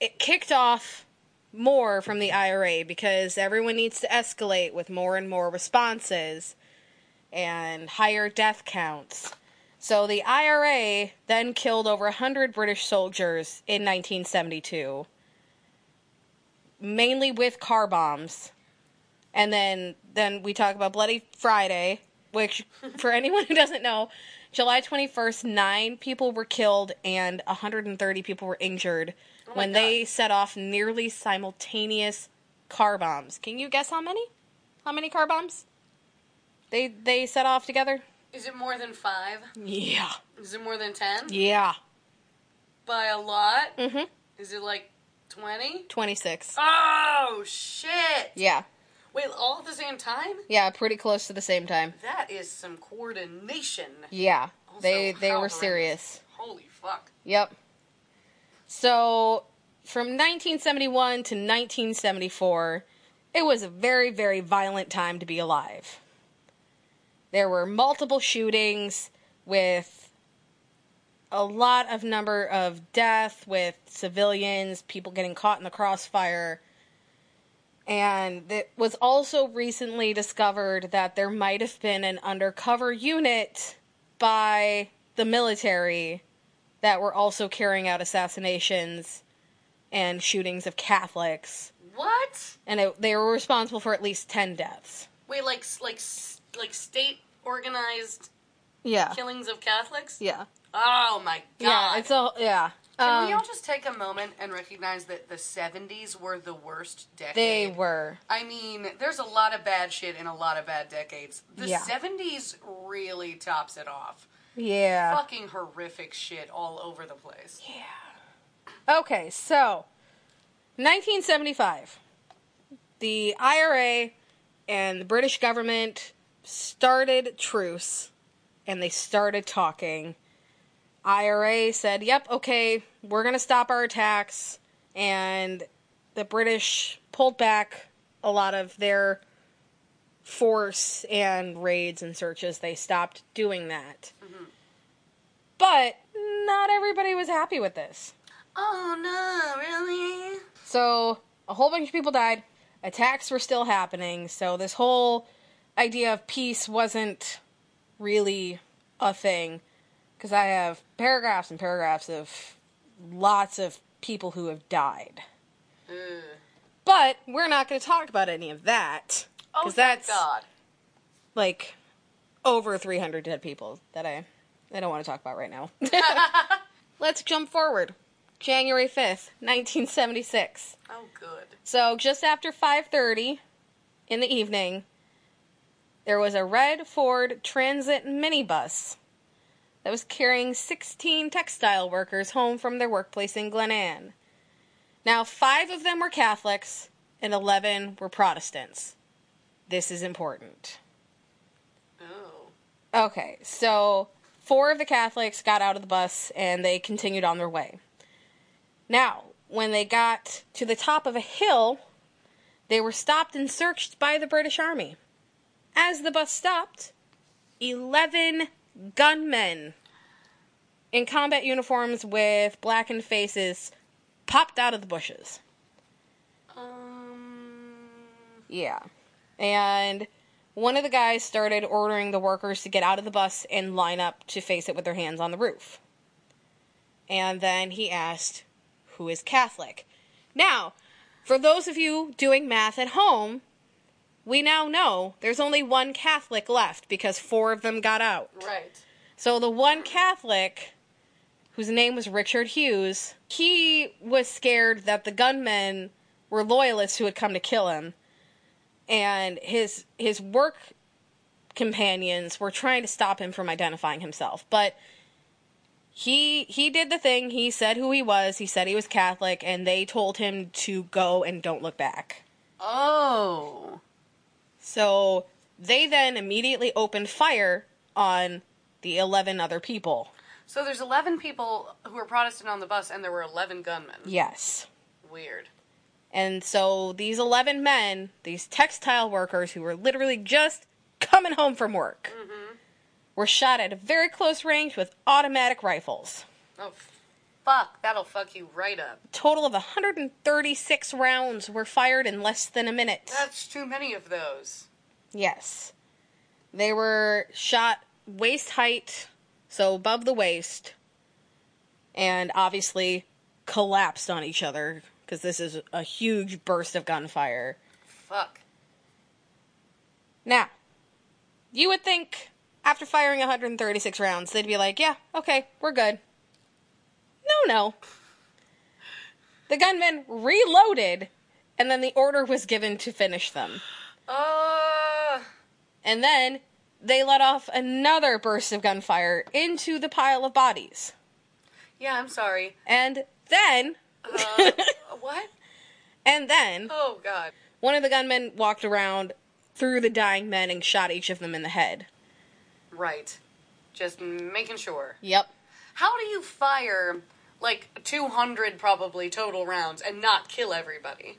B: it kicked off more from the IRA because everyone needs to escalate with more and more responses and higher death counts. So the IRA then killed over 100 British soldiers in 1972, mainly with car bombs. And then then we talk about Bloody Friday, which for anyone who doesn't know, July 21st, 9 people were killed and 130 people were injured
A: Oh
B: when they set off nearly simultaneous car bombs. Can you guess how many? How many car bombs? They they set off together?
A: Is it more than five?
B: Yeah.
A: Is it more than ten?
B: Yeah.
A: By a lot?
B: Mhm.
A: Is it like twenty?
B: 26.
A: Oh shit!
B: Yeah.
A: Wait, all at the same time?
B: Yeah, pretty close to the same time.
A: That is some coordination.
B: Yeah. they
A: Also,
B: they
A: how
B: were
A: horrendous.
B: serious.
A: Holy fuck.
B: Yep. So from 1971 to 1974, it was a very, very violent time to be alive. There were multiple shootings with a lot of number of death with civilians, people getting caught in the crossfire. And it was also recently discovered that there might have been an undercover unit by the military that were also carrying out assassinations and shootings of Catholics,
A: What?
B: and it, they were responsible for at least ten deaths.
A: Wait, like s- like s- like state organized
B: Yeah,
A: killings of Catholics?
B: yeah,
A: Oh my god.
B: yeah. It's a yeah.
A: Can we
B: Um,
A: all just take a moment and recognize that the 70s were the worst decade?
B: they were.
A: I mean, there's a lot of bad shit in a lot of bad decades. The
B: Yeah.
A: 70s really tops it off.
B: Yeah.
A: Fucking horrific shit all over the place.
B: Okay, so 1975, the IRA and the British government started truce, and they started talking. IRA said, "Yep, okay, we're going to stop our attacks." And the British pulled back a lot of their force and raids and searches. They stopped doing that. But not everybody was happy with this.
A: Oh no, really?
B: So a whole bunch of people died. Attacks were still happening. So this whole idea of peace wasn't really a thing. Because I have paragraphs and paragraphs of lots of people who have died. But we're not going to talk about any of that.
A: Oh,
B: Because
A: thank
B: that's
A: God.
B: like over 300 dead people that I, I don't want to talk about right now. Let's jump forward. January 5th, 1976.
A: Oh, good.
B: So just after 5:30 in the evening, there was a red Ford Transit minibus that was carrying 16 textile workers home from their workplace in Glenann. Now, 5 of them were Catholics and 11 were Protestants. This is important.
A: Oh.
B: Okay, so four of the Catholics got out of the bus and they continued on their way. Now, when they got to the top of a hill, they were stopped and searched by the British Army. As the bus stopped, 11 gunmen in combat uniforms with blackened faces popped out of the bushes. Yeah. And one of the guys started ordering the workers to get out of the bus and line up to face it with their hands on the roof. And then he asked, Who is Catholic? Now, for those of you doing math at home, we now know there's only one Catholic left because four of them got out.
A: Right.
B: So the one Catholic whose name was Richard Hughes, he was scared that the gunmen were loyalists who had come to kill him. And his his work companions were trying to stop him from identifying himself. But he he did the thing. He said who he was. He said he was Catholic and they told him to go and don't look back.
A: Oh.
B: So they then immediately opened fire on the 11 other people.
A: So there's 11 people who were Protestant on the bus, and there were 11 gunmen.
B: Yes.
A: Weird.
B: And so these 11 men, these textile workers who were literally just coming home from work, were shot at a very close range with automatic rifles.
A: Oh, fuck. That'll fuck you right up.
B: A total of 136 rounds were fired in less than a minute.
A: That's too many of those.
B: Yes. They were shot waist height, so above the waist, and obviously collapsed on each other because this is a huge burst of gunfire.
A: Fuck.
B: Now, you would think after firing 136 rounds, they'd be like, yeah, okay, we're good. No, no. The gunmen reloaded, and then the order was given to finish them.
A: Uh.
B: And then they let off another burst of gunfire into the pile of bodies.
A: Yeah, I'm sorry.
B: And then,
A: Uh, what?
B: and then,
A: Oh, God.
B: one of the gunmen walked around through the dying men and shot each of them in the head.
A: Right. Just making sure.
B: Yep.
A: How do you fire, like, 200 probably total rounds and not kill everybody?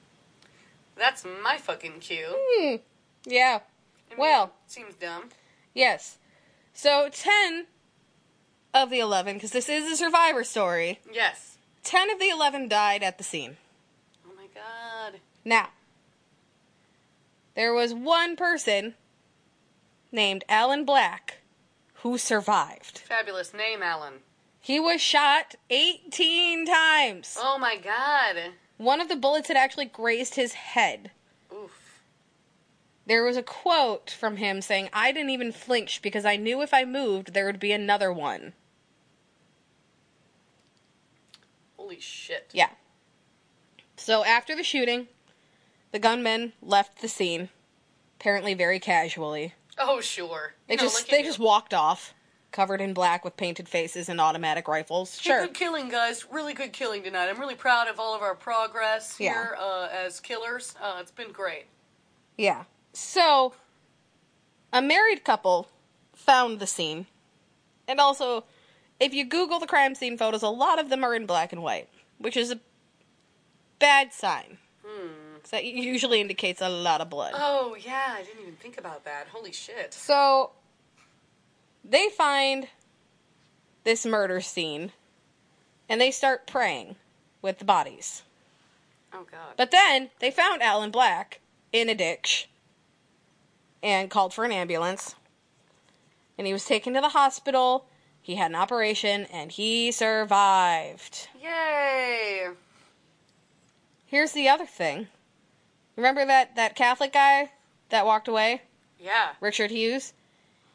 A: That's my fucking cue.
B: Yeah.
A: I mean,
B: Hmm, Well,
A: seems dumb.
B: yes. So 10 of the 11, because this is a survivor story,
A: Yes.
B: 10 of the 11 died at the scene.
A: Oh my god.
B: Now, there was one person named Alan Black who survived.
A: Fabulous name, Alan.
B: He was shot 18 times.
A: Oh my god.
B: One of the bullets had actually grazed his head.
A: Oof.
B: There was a quote from him saying, I didn't even flinch because I knew if I moved, there would be another one.
A: Holy shit.
B: Yeah. So after the shooting, the gunmen left the scene, apparently very casually.
A: Oh sure.
B: They
A: You know, look
B: just
A: at
B: they
A: you.
B: just walked off, covered in black with painted faces and automatic rifles.
A: Hey,
B: Sure.
A: Good killing, guys. Really good killing tonight. I'm really proud of all of our progress
B: Yeah.
A: here uh, as killers. Uh, it's been great.
B: Yeah. So, a married couple found the scene. And also, if you Google the crime scene photos, a lot of them are in black and white, which is a bad sign. Hmm. That usually indicates a lot of blood.
A: Oh yeah, I didn't even think about that. Holy shit.
B: So, they find this murder scene and they start praying with the bodies.
A: Oh god.
B: But then they found Alan Black in a ditch and called for an ambulance. And he was taken to the hospital. He had an operation and he survived.
A: Yay.
B: Here's the other thing. Remember that, that Catholic guy that walked away?
A: Yeah.
B: Richard Hughes?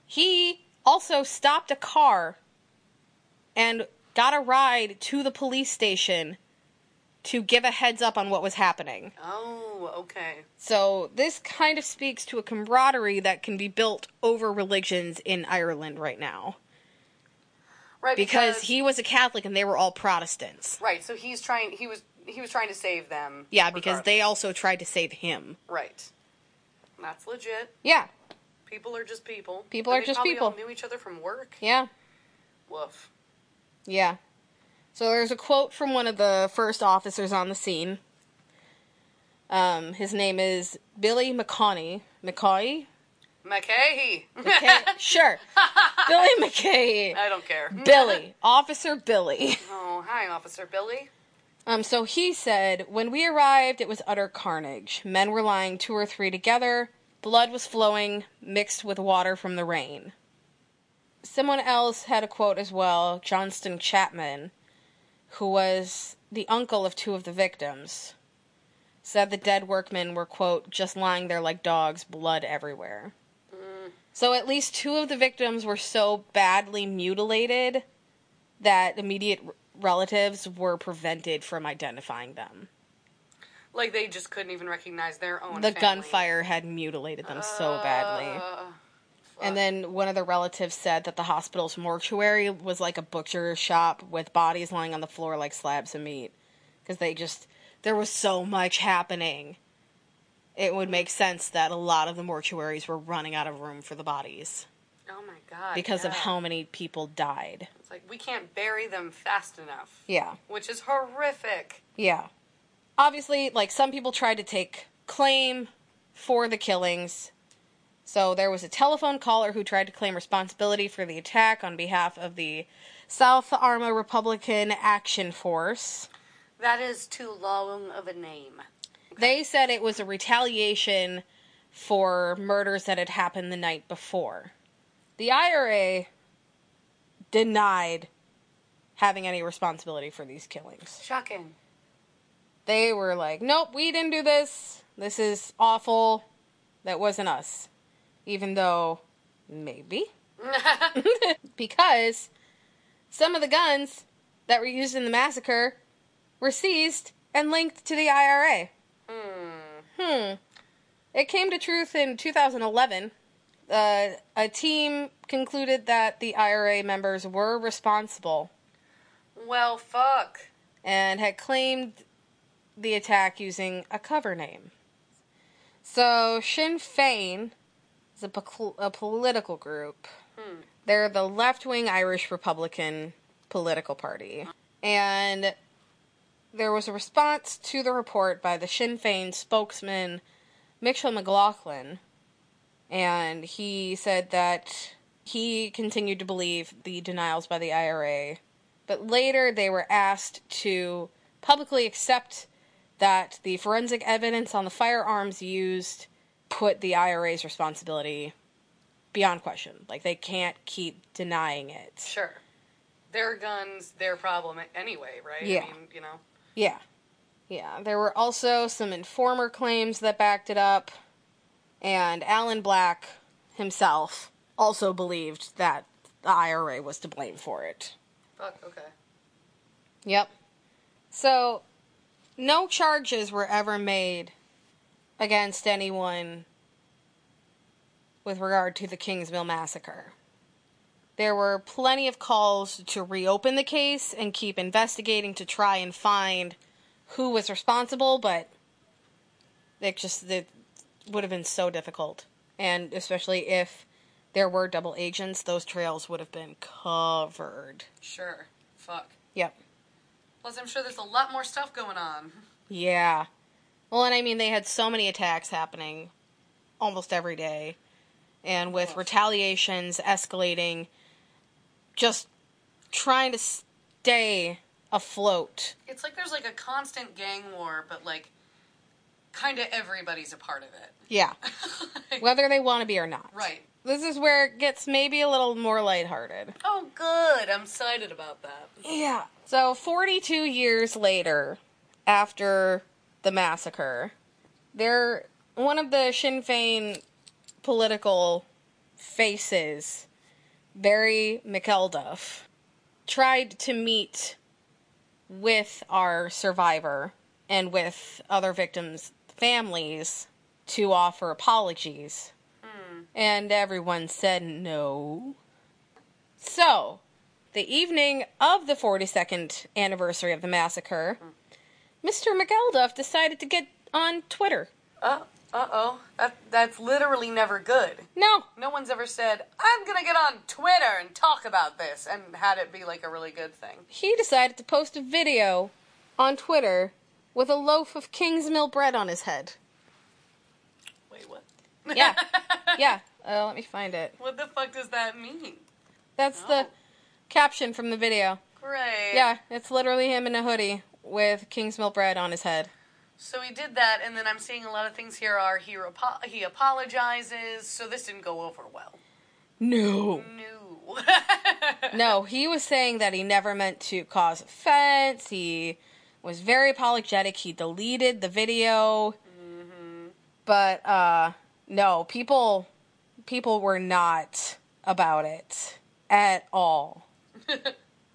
B: He also stopped a car and got a ride to the police station to give a heads up on what was happening.
A: Oh okay.
B: So this kind of speaks to a camaraderie that can be built over religions in Ireland right now.
A: Right
B: Because, he was a Catholic and they were all Protestants.
A: Right. So he's trying. He was. He was trying to save them.
B: Yeah, because
A: regardless.
B: they also tried to save him.
A: Right. That's legit.
B: Yeah.
A: People are just people.
B: People
A: And
B: are
A: they
B: just
A: probably
B: people.
A: All knew each other from work.
B: Yeah.
A: Woof.
B: Yeah. So there's a quote from one of the first officers on the scene. Um, his name is Billy McConney. McCoy?
A: McKay.
B: Okay, sure. Billy McKay.
A: I don't care.
B: Billy. Officer Billy.
A: Oh, hi, Officer Billy.
B: Um, so he said, When we arrived, it was utter carnage. Men were lying two or three together. Blood was flowing, mixed with water from the rain. Someone else had a quote as well Johnston Chapman, who was the uncle of two of the victims, said the dead workmen were, quote, just lying there like dogs, blood everywhere. So at least two of the victims were so badly mutilated that immediate r- relatives were prevented from identifying them.
A: Like they just couldn't even recognize their own.
B: The
A: family. Oh, Uh,
B: gunfire had mutilated them so badly. And then one of the relatives said that the hospital's mortuary was like a butcher shop with bodies lying on the floor like slabs of meat. Because they just, there was so much happening. It would make sense that a lot of the mortuaries were running out of room for the bodies
A: Oh my god.
B: because of
A: yeah.
B: how many people died.
A: It's like we can't bury them fast enough,
B: Yeah.
A: which is horrific.
B: Yeah. Obviously, like some people tried to take claim for the killings. So there was a telephone caller who tried to claim responsibility for the attack on behalf of the South Arma Republican Action Force.
A: That is too long of a name.
B: They said it was a retaliation for murders that had happened the night before. The IRA denied having any responsibility for these killings.
A: Shocking.
B: they were like, nope, we didn't do this. This is awful. That wasn't us. Even though, maybe. because some of the guns that were used in the massacre were seized and linked to the IRA. Hmm. It came to truth in 2011. Uh, a team concluded that the IRA members were responsible
A: Well, fuck.
B: and had claimed the attack using a cover name. So Sinn Fein is a, po- a political group. They're the left wing Irish Republican political party. And there was a response to the report by the Sinn Fein spokesman, Mitchell McLaughlin. And he said that he continued to believe the denials by the IRA but later they were asked to publicly accept that the forensic evidence on the firearms used put the IRA's responsibility beyond question. Like they can't keep denying it.
A: Sure. Their guns, their problem anyway, right?
B: Yeah.
A: I mean, you know.
B: Yeah. Yeah. There were also some informer claims that backed it up, and Alan Black himself also believed that the IRA was to blame for it.
A: Fuck, okay.
B: Yep. So, no charges were ever made against anyone with regard to the Kingsmill massacre. There were plenty of calls to reopen the case and keep investigating to try and find who was responsible, but it just it would have been so difficult. And especially if there were double agents, those trails would have been covered.
A: Sure. Fuck.
B: Yep.
A: Plus, I'm sure there's a lot more stuff going on.
B: Yeah. Well, and I mean, they had so many attacks happening almost every day, and with retaliations escalating, just trying to stay afloat.
A: It's like there's like a constant gang war, but like, kind of everybody's a part of it.
B: Yeah. Whether they want to be or not.
A: right.
B: This is where it gets maybe a little more lighthearted.
A: Oh, good. I'm excited about that.
B: Yeah. So, 42 years later, after the massacre, there one of the Sinn Fein political faces, Barry McElduff, tried to meet with our survivor and with other victims' families to offer apologies. And everyone said no. So, the evening of the 42nd anniversary of the massacre, Mr. McElduff decided to get on Twitter.
A: Uh oh. That that's literally never good.
B: No,
A: No one's ever said I'm gonna get on Twitter and talk about this and had it be like a really good thing.
B: he decided to post a video on Twitter with a loaf of Kingsmill bread on his head.
A: Wait, what?
B: Yeah, yeah, Uh, let me find it.
A: What the fuck does that mean?
B: That's the
A: Oh.
B: caption from the video.
A: Great.
B: Yeah, it's literally him in a hoodie with King's Milk Bread on his head.
A: So he did that, and then I'm seeing a lot of things here are he repo- he apologizes. So this didn't go over well.
B: No.
A: No.
B: No, he was saying that he never meant to cause offense. He was very apologetic. He deleted the video. But uh no, people people were not about it at all.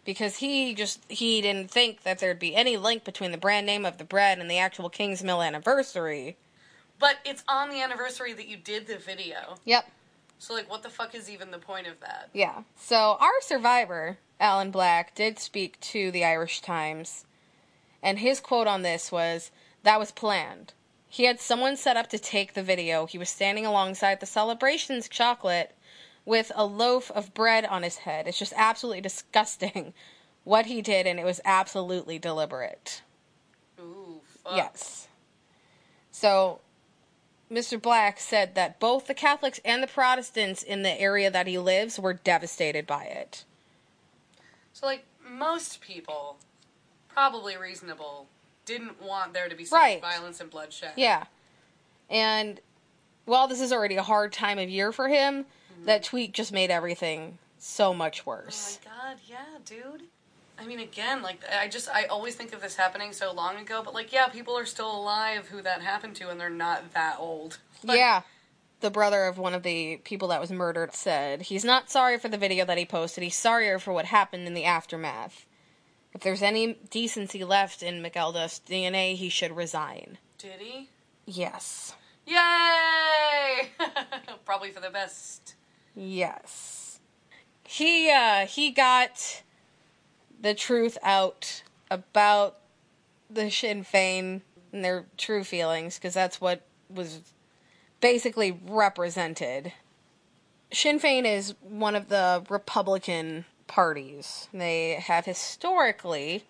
B: because he just he didn't think that there'd be any link between the brand name of the bread and the actual King's Mill anniversary.
A: but it's on the anniversary that you did the video.
B: Yep.
A: So like, what the fuck is even the point of that?
B: Yeah. So our survivor, Alan Black, did speak to the Irish Times, and his quote on this was that was planned. He had someone set up to take the video. He was standing alongside the celebrations chocolate with a loaf of bread on his head. It's just absolutely disgusting what he did, and it was absolutely deliberate.
A: Ooh. Fuck.
B: Yes. So, Mr. Black said that both the Catholics and the Protestants in the area that he lives were devastated by it.
A: So like, most people, probably reasonable, didn't want there to be so
B: Right.
A: much violence and bloodshed.
B: Yeah. And while this is already a hard time of year for him, that tweet just made everything so much
A: Oh
B: worse.
A: my god, yeah, dude. I mean, again, like, I just, I always think of this happening so long ago, but like, yeah, people are still alive who that happened to, and they're not that old. Like,
B: yeah. The brother of one of the people that was murdered said he's not sorry for the video that he posted. He's sorrier for what happened in the aftermath. If there's any decency left in McElduff's DNA, he should resign.
A: Did he?
B: Yes.
A: Yay! Probably for the best.
B: Yes. He uh he got the truth out about the Sinn Fein and their true feelings because that's what was basically represented. Sinn Fein is one of the Republican parties. They have historically,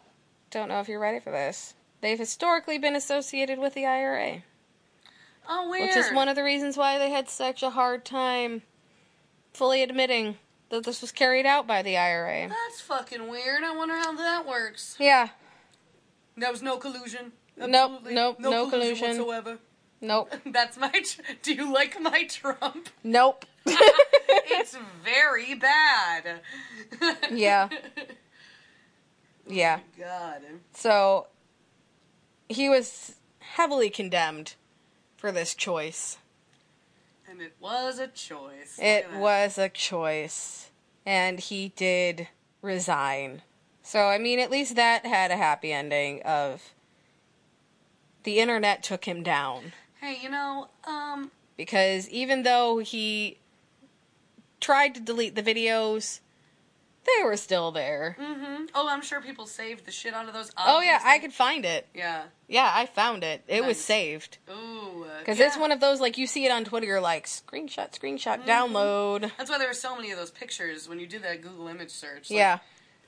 B: don't know if you're ready for this, they've historically been associated with the IRA.
A: Oh, weird.
B: Which is one of the reasons why they had such a hard time fully admitting that this was carried out by the IRA.
A: That's fucking weird. I wonder how that works.
B: Yeah.
A: There was no collusion.
B: Nope,
A: Absolutely
B: nope, no collusion.
A: whatsoever.
B: Nope.
A: That's my. Tr- Do you like my Trump?
B: Nope.
A: it's very bad.
B: Yeah. yeah.
A: God.
B: So he was heavily condemned for this choice.
A: And it was a choice. Look
B: It
A: at that.
B: was a choice. And he did resign. So, I mean, at least that had a happy ending of the internet took him down.
A: Hey, you know, um,
B: because even though he tried to delete the videos, they were still there.
A: hmm oh, I'm sure people saved the shit out of those.
B: Oh yeah, I
A: obviously.
B: could find it.
A: Yeah.
B: Yeah, I found it. It was
A: Nice.
B: saved
A: Ooh.
B: because it's one of those like you see it on Twitter, you're like screenshot, screenshot,
A: Mhm.
B: download.
A: That's why there were so many of those pictures when you did that Google image search. like,
B: Yeah,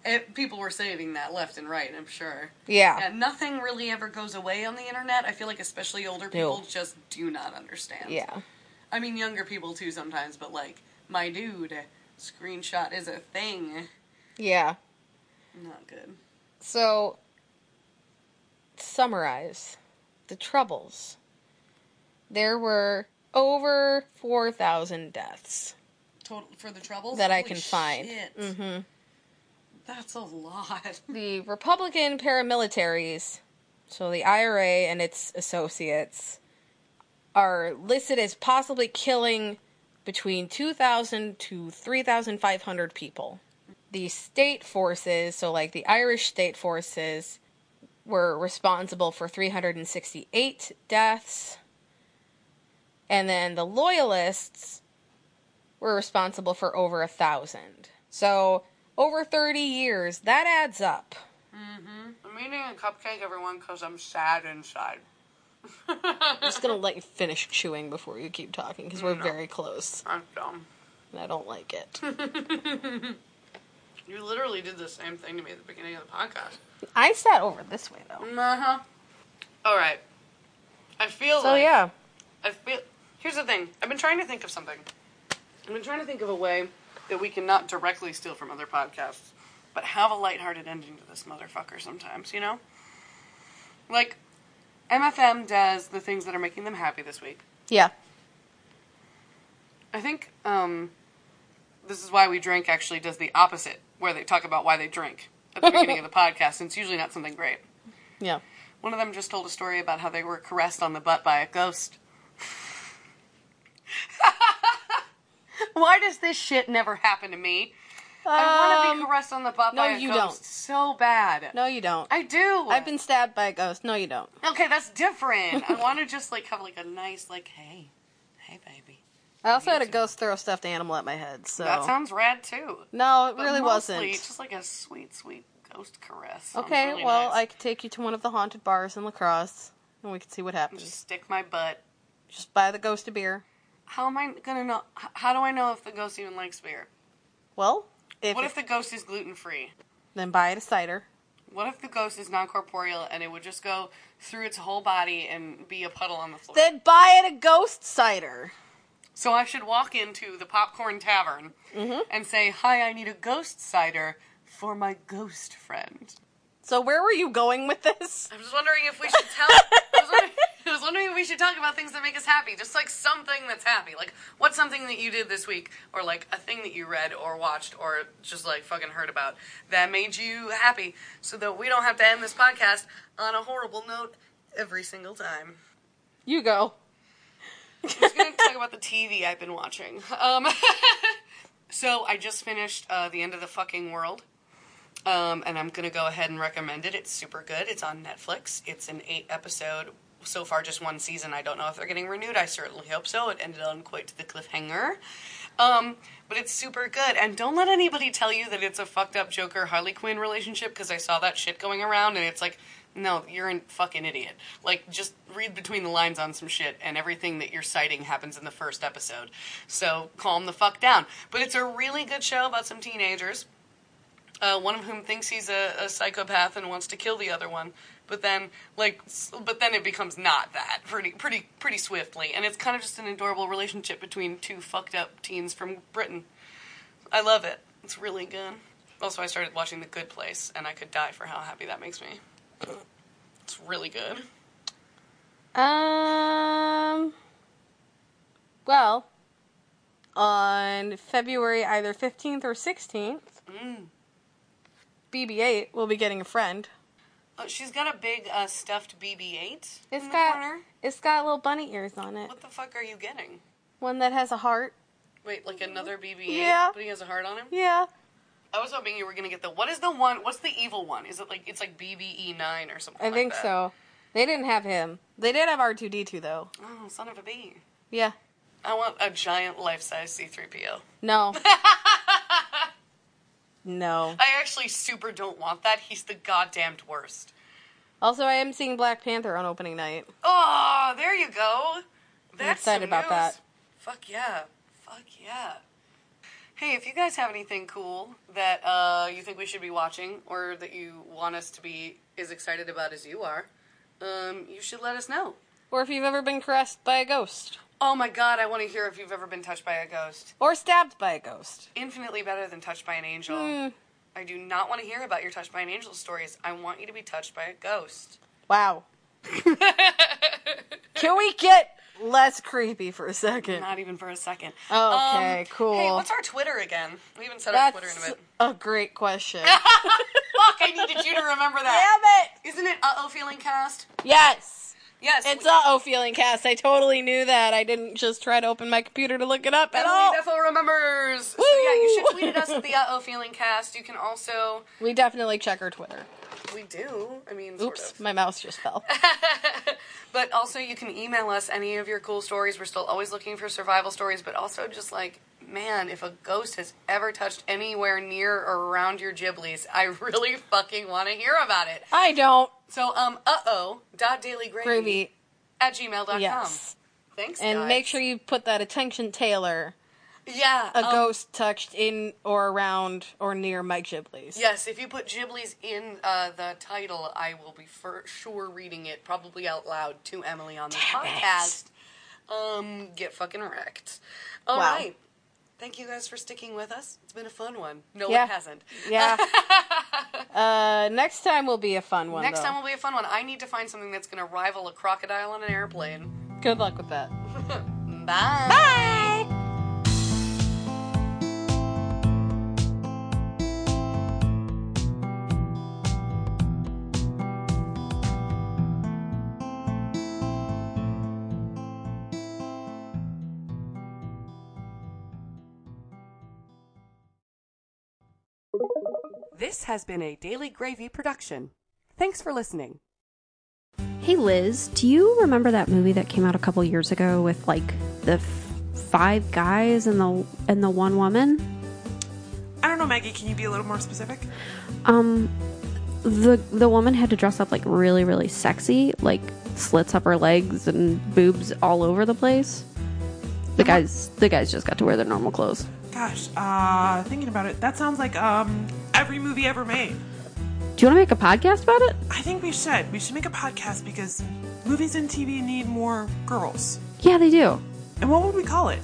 A: it- people were saving that left and right, I'm sure.
B: yeah,
A: Yeah, nothing really ever goes away on the internet. I feel like especially older people
B: No.
A: just do not understand.
B: yeah,
A: I mean, younger people too sometimes, but like, my dude, screenshot is a thing.
B: yeah.
A: Not good.
B: So, to summarize the troubles. There were over four thousand deaths.
A: Total for the troubles
B: That I
A: Holy
B: can find.
A: shit.
B: Mm-hmm.
A: That's a lot.
B: the Republican paramilitaries, so the IRA and its associates, are listed as possibly killing between 2,000 to 3,500 people. The state forces, so like the Irish state forces, were responsible for 368 deaths. And then the loyalists were responsible for over a thousand. So over 30 years, that adds up.
A: I'm eating a cupcake, everyone, because I'm sad inside.
B: I'm just gonna let you finish chewing before you keep talking because we're very close
A: I'm dumb.
B: and I don't like it.
A: You literally did the same thing to me at the beginning of the podcast.
B: I sat over this way though.
A: Uh huh. All right. I feel
B: So
A: like.
B: yeah,
A: I feel. Here's the thing. I've been trying to think of something. I've been trying to think of a way that we can not directly steal from other podcasts, but have a lighthearted ending to this motherfucker sometimes, you know? Like, MFM does the things that are making them happy this week.
B: Yeah.
A: I think um, this is why we drink actually does the opposite, where they talk about why they drink at the beginning of the podcast, and it's usually not something great.
B: Yeah.
A: One of them just told a story about how they were caressed on the butt by a ghost. Why does this shit never happen to me? I want to be caressed on the butt by a
B: Um, you
A: ghost
B: don't.
A: so bad.
B: No, you don't.
A: I do.
B: I've been stabbed by a ghost. No, you don't.
A: okay. That's different. I want to just like have like a nice like hey, hey baby.
B: I also had a ghost throw a stuffed animal at my head. So
A: That sounds rad too.
B: no, it
A: But
B: really
A: mostly
B: wasn't.
A: Just like a sweet, sweet ghost caress. Sounds
B: Okay,
A: really
B: well,
A: nice.
B: I could take you to one of the haunted bars in Lacrosse, and we could see what happens.
A: just
B: Just,
A: stick my butt.
B: buy the ghost a beer.
A: How am I gonna know? h- How do I know if the ghost even likes beer?
B: Well, if,
A: What
B: it-
A: if the ghost is gluten free?
B: then buy it a cider.
A: What if the ghost is non corporeal and it would just go through its whole body and be a puddle on the floor?
B: Then buy it a ghost cider.
A: so I should walk into the popcorn tavern and say, "Hi, I need a ghost cider for my ghost friend."
B: So where were you going with this?
A: I was wondering if we should tell. I, was wondering, I was wondering if we should talk about things that make us happy, just like something that's happy. Like what's something that you did this week, or like a thing that you read or watched or just like fucking heard about that made you happy, so that we don't have to end this podcast on a horrible note every single time.
B: You go.
A: I was going to talk about the TV I've been watching. Um, so I just finished uh, The End of the Fucking World. Um, and I'm going to go ahead and recommend it. It's super good. It's on Netflix. It's an eight episode, so far just one season. I don't know if they're getting renewed. I certainly hope so. It ended on quite the cliffhanger. Um, but it's super good. And don't let anybody tell you that it's a fucked up Joker Harley Quinn relationship because I saw that shit going around and it's like, no, you're a fucking idiot. Like, just read between the lines on some shit, and everything that you're citing happens in the first episode. So calm the fuck down. But it's a really good show about some teenagers uh, one of whom thinks he's a, a psychopath and wants to kill the other one. But then, like, s- but then it becomes not that pretty, pretty, pretty swiftly, and it's kind of just an adorable relationship between two fucked up teens from Britain. I love it. It's really good. Also, I started watching The Good Place, and I could die for how happy that makes me. It's really good.
B: Um. Well, on February either 15th or 16th, Mm. BB-8 will be getting a friend.
A: Oh, she's got a big uh, stuffed BB-8
B: It's
A: in the
B: got
A: corner.
B: it's got little bunny ears on it.
A: What the fuck are you getting?
B: One that has a heart.
A: Wait, like another BB-8?
B: Yeah.
A: But he has a heart on him.
B: Yeah.
A: I was hoping you were gonna get the what is the one what's the evil one? Is it like it's like BBE nine or something?
B: I
A: like
B: think
A: that?
B: so. They didn't have him. They did have R2D2 though.
A: Oh, son of a bee.
B: Yeah.
A: I want a giant life size C three PO.
B: No. no.
A: I actually super don't want that. He's the goddamned worst.
B: Also, I am seeing Black Panther on opening night.
A: Oh, there you go. That's some
B: excited about
A: news.
B: that.
A: Fuck yeah. Fuck yeah. Hey, if you guys have anything cool that uh, you think we should be watching or that you want us to be as excited about as you are, um, you should let us know.
B: Or if you've ever been caressed by a ghost.
A: Oh my god, I want to hear if you've ever been touched by a ghost.
B: Or stabbed by a ghost.
A: Infinitely better than touched by an angel.
B: Hmm.
A: I do not want to hear about your touched by an angel stories. I want you to be touched by a ghost.
B: Wow. Can we get less creepy for a second?
A: Not even for a second.
B: Oh,
A: Um,
B: Okay, cool.
A: Hey, what's our Twitter again? We haven't said our Twitter in a
B: That's
A: bit.
B: a great question.
A: Fuck, I needed you to remember that.
B: Damn it!
A: Isn't it uh oh feeling cast?
B: Yes!
A: Yes.
B: It's
A: we-
B: uh oh feeling cast. I totally knew that. I didn't just try to open my computer to look it up at all.
A: Emily Bethel remembers. So yeah, you should tweet at us at the uh oh feeling cast. You can also
B: We definitely check our Twitter.
A: we do. I mean, sort
B: Oops,
A: of.
B: my mouse just fell.
A: But also, you can email us any of your cool stories. We're still always looking for survival stories, but also just like, man, if a ghost has ever touched anywhere near or around your Ghiblies, I really fucking want to hear about it.
B: I don't.
A: So, um, uh oh, dot dailygravy
B: Gravy.
A: at gmail.com.
B: Yes.
A: Thanks,
B: And
A: guys.
B: make sure you put that attention Taylor,
A: Yeah.
B: a
A: um,
B: ghost touched in or around or near Mike Ghibley's.
A: Yes, if you put Ghiblies in uh, the title, I will be for sure reading it, probably out loud to Emily on the
B: Damn it.
A: podcast. Um, get fucking wrecked. All
B: Wow.
A: right. Thank you guys for sticking with us. It's been a fun one. No,
B: Yeah.
A: it hasn't.
B: Yeah. uh, next time will be a fun one.
A: Next
B: though.
A: time will be a fun one. I need to find something that's going to rival a crocodile on an airplane.
B: Good luck with that.
A: Bye.
B: Bye.
A: This has been a Daily Gravy production. Thanks for listening.
C: Hey Liz, do you remember that movie that came out a couple years ago with like the f- five guys and the and the one woman?
D: I don't know, Maggie. Can you be a little more specific?
C: Um the the woman had to dress up like really really sexy, like slits up her legs and boobs all over the place. The guys the guys just got to wear their normal clothes.
D: Gosh, uh, thinking about it, that sounds like um every movie ever made.
C: Do you want to make a podcast about it?
D: I think we should. We should make a podcast because movies and TV need more girls.
C: Yeah, they do.
D: And what would we call it?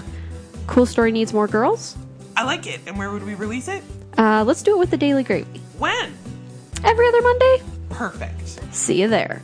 C: Cool story needs more girls.
D: I like it. And where would we release it?
C: Uh, let's do it with the Daily Gravy.
D: When?
C: Every other Monday.
D: Perfect.
C: See you there.